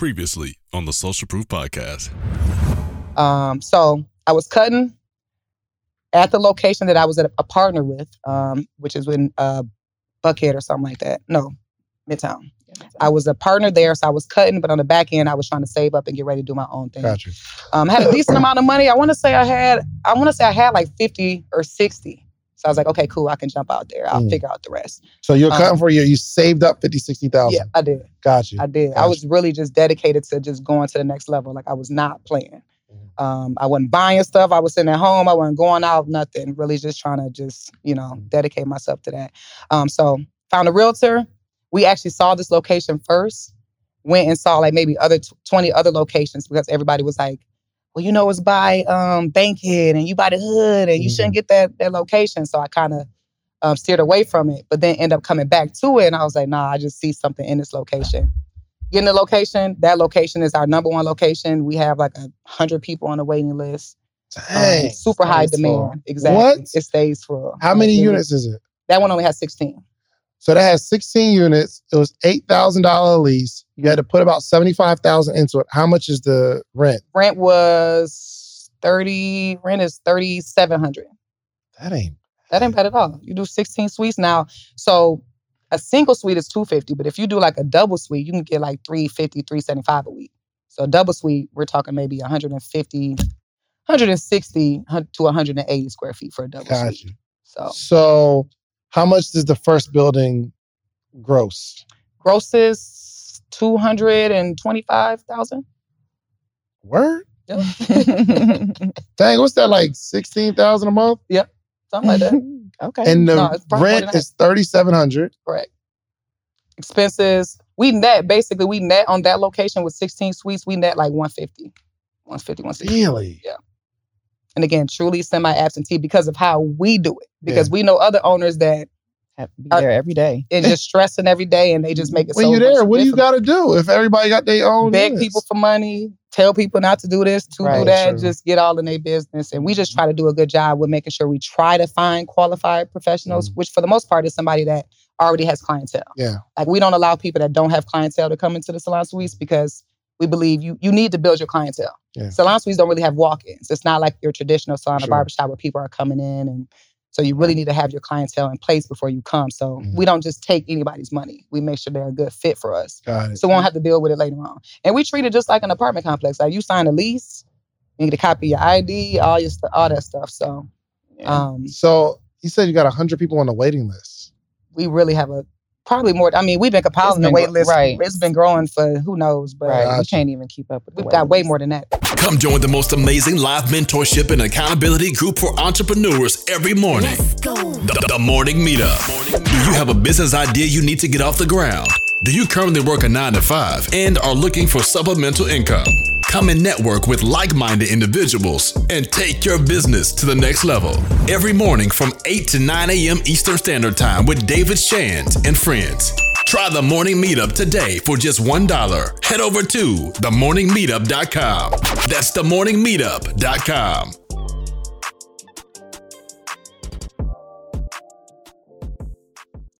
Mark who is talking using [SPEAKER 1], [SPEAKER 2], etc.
[SPEAKER 1] Previously on the Social Proof Podcast.
[SPEAKER 2] Um, so I was cutting at the location that I was at a partner with, um, which is in uh, Buckhead or something like that. No, Midtown. I was a partner there, so I was cutting, but on the back end, I was trying to save up and get ready to do my own thing.
[SPEAKER 3] Gotcha.
[SPEAKER 2] Um, I had a decent amount of money. I want to say I had, I want to say I had like fifty or sixty. So I was like, okay, cool, I can jump out there. I'll
[SPEAKER 3] Mm.
[SPEAKER 2] figure out the rest.
[SPEAKER 3] So you're
[SPEAKER 2] Um,
[SPEAKER 3] cutting for a year. You saved up 50, 60,000.
[SPEAKER 2] Yeah, I did.
[SPEAKER 3] Gotcha.
[SPEAKER 2] I did. I was really just dedicated to just going to the next level. Like I was not playing.
[SPEAKER 3] Mhm.
[SPEAKER 2] Um, I wasn't buying stuff. I was sitting at home. I wasn't going out. Nothing. Really, just trying to just you know
[SPEAKER 3] Mm-hmm.
[SPEAKER 2] dedicate myself to that. Um, so found a realtor. We actually saw this location first. Went and saw like maybe other t- twenty other locations because everybody was like, "Well, you know, it's by um, Bankhead and you by the hood, and you shouldn't
[SPEAKER 3] Mm-hmm.
[SPEAKER 2] get that that location." So I kind of um, steered away from it, but then end up coming back to it. And I was like, nah, I just see something in this location. Getting the location, that location is our number one location. We have like a hundred people on the waiting list. Um,
[SPEAKER 3] Dang.
[SPEAKER 2] super high
[SPEAKER 3] That's full.
[SPEAKER 2] demand. Exactly.
[SPEAKER 3] What?
[SPEAKER 2] It stays full.
[SPEAKER 3] How many
[SPEAKER 2] Like, it was-
[SPEAKER 3] units is it?
[SPEAKER 2] That one only has 16.
[SPEAKER 3] So that has 16 units. It was $8,000 lease. You had to put about 75000 into it. How much is the rent?
[SPEAKER 2] Rent was 30, rent is 3,700.
[SPEAKER 3] That ain't.
[SPEAKER 2] That ain't bad at all. You do 16 suites now. So a single suite is 250, but if you do like a double suite, you can get like 350, 375 a week. So a double suite, we're talking maybe 150, 160 hun- to 180 square feet for a double
[SPEAKER 3] Gotcha.
[SPEAKER 2] suite. So
[SPEAKER 3] So how much does the first building gross?
[SPEAKER 2] gross is 225,000.
[SPEAKER 3] Word?
[SPEAKER 2] Yeah. Something
[SPEAKER 3] Dang, what's that like 16000 a month?
[SPEAKER 2] like that.
[SPEAKER 4] okay.
[SPEAKER 3] And the
[SPEAKER 2] No, it's probably more than
[SPEAKER 3] rent
[SPEAKER 2] that.
[SPEAKER 3] is 3700
[SPEAKER 2] Correct. Expenses, we net basically, we net on that location with 16 suites, we net like 150, 150, 160.
[SPEAKER 3] Really?
[SPEAKER 2] and again, truly semi absentee because of how we do it. Because
[SPEAKER 3] Yeah.
[SPEAKER 2] we know other owners that
[SPEAKER 4] Have to be
[SPEAKER 2] Uh,
[SPEAKER 4] there every day.
[SPEAKER 2] is just stressing every day and they just make it
[SPEAKER 3] When
[SPEAKER 2] so
[SPEAKER 3] you
[SPEAKER 2] much
[SPEAKER 3] there, what do you
[SPEAKER 2] difficult.
[SPEAKER 3] got to do if everybody got their own?
[SPEAKER 2] beg
[SPEAKER 3] units?
[SPEAKER 2] people for money, tell people not to do this, to do
[SPEAKER 4] Right,
[SPEAKER 2] that,
[SPEAKER 3] true.
[SPEAKER 2] just get all in their business. And we just try to do a good job with making sure we try to find qualified professionals, which for the most part is somebody that already has clientele.
[SPEAKER 3] Mm. Yeah.
[SPEAKER 2] Like we don't allow people that don't have clientele to come into the salon suites because we believe you you need to build your clientele.
[SPEAKER 3] Yeah.
[SPEAKER 2] Salon suites don't really have walk-ins. It's not like your traditional salon or
[SPEAKER 3] Sure.
[SPEAKER 2] barbershop where people are coming in and so you really need to have your clientele in place before you come. So
[SPEAKER 3] Mhm.
[SPEAKER 2] we don't just take anybody's money. We make sure they're a good fit for us
[SPEAKER 3] Got it.
[SPEAKER 2] so we won't have to deal with it later on. And we treat it just like an apartment complex. Like you sign a lease, you need to copy of your ID, all your stu- all that stuff. So um,
[SPEAKER 3] So you said you got 100 people on the waiting list.
[SPEAKER 2] we really have a probably more. I mean, we've been compiling the
[SPEAKER 4] been
[SPEAKER 2] wait
[SPEAKER 4] gro-
[SPEAKER 2] list.
[SPEAKER 4] right.
[SPEAKER 2] It's been growing for who knows, but
[SPEAKER 4] right. You
[SPEAKER 3] Gotcha.
[SPEAKER 4] can't even keep up with the
[SPEAKER 2] we've got
[SPEAKER 4] waiting
[SPEAKER 2] way
[SPEAKER 4] list.
[SPEAKER 2] more than that.
[SPEAKER 1] Come join the most amazing live mentorship and accountability group for entrepreneurs every morning. The, the Morning Meetup. Do you have a business idea you need to get off the ground? Do you currently work a 9 to 5 and are looking for supplemental income? Come and network with like minded individuals and take your business to the next level. Every morning from 8 to 9 a.m. Eastern Standard Time with David Shands and friends. Try the morning meetup today for just $1. Head over to themorningmeetup.com. That's themorningmeetup.com.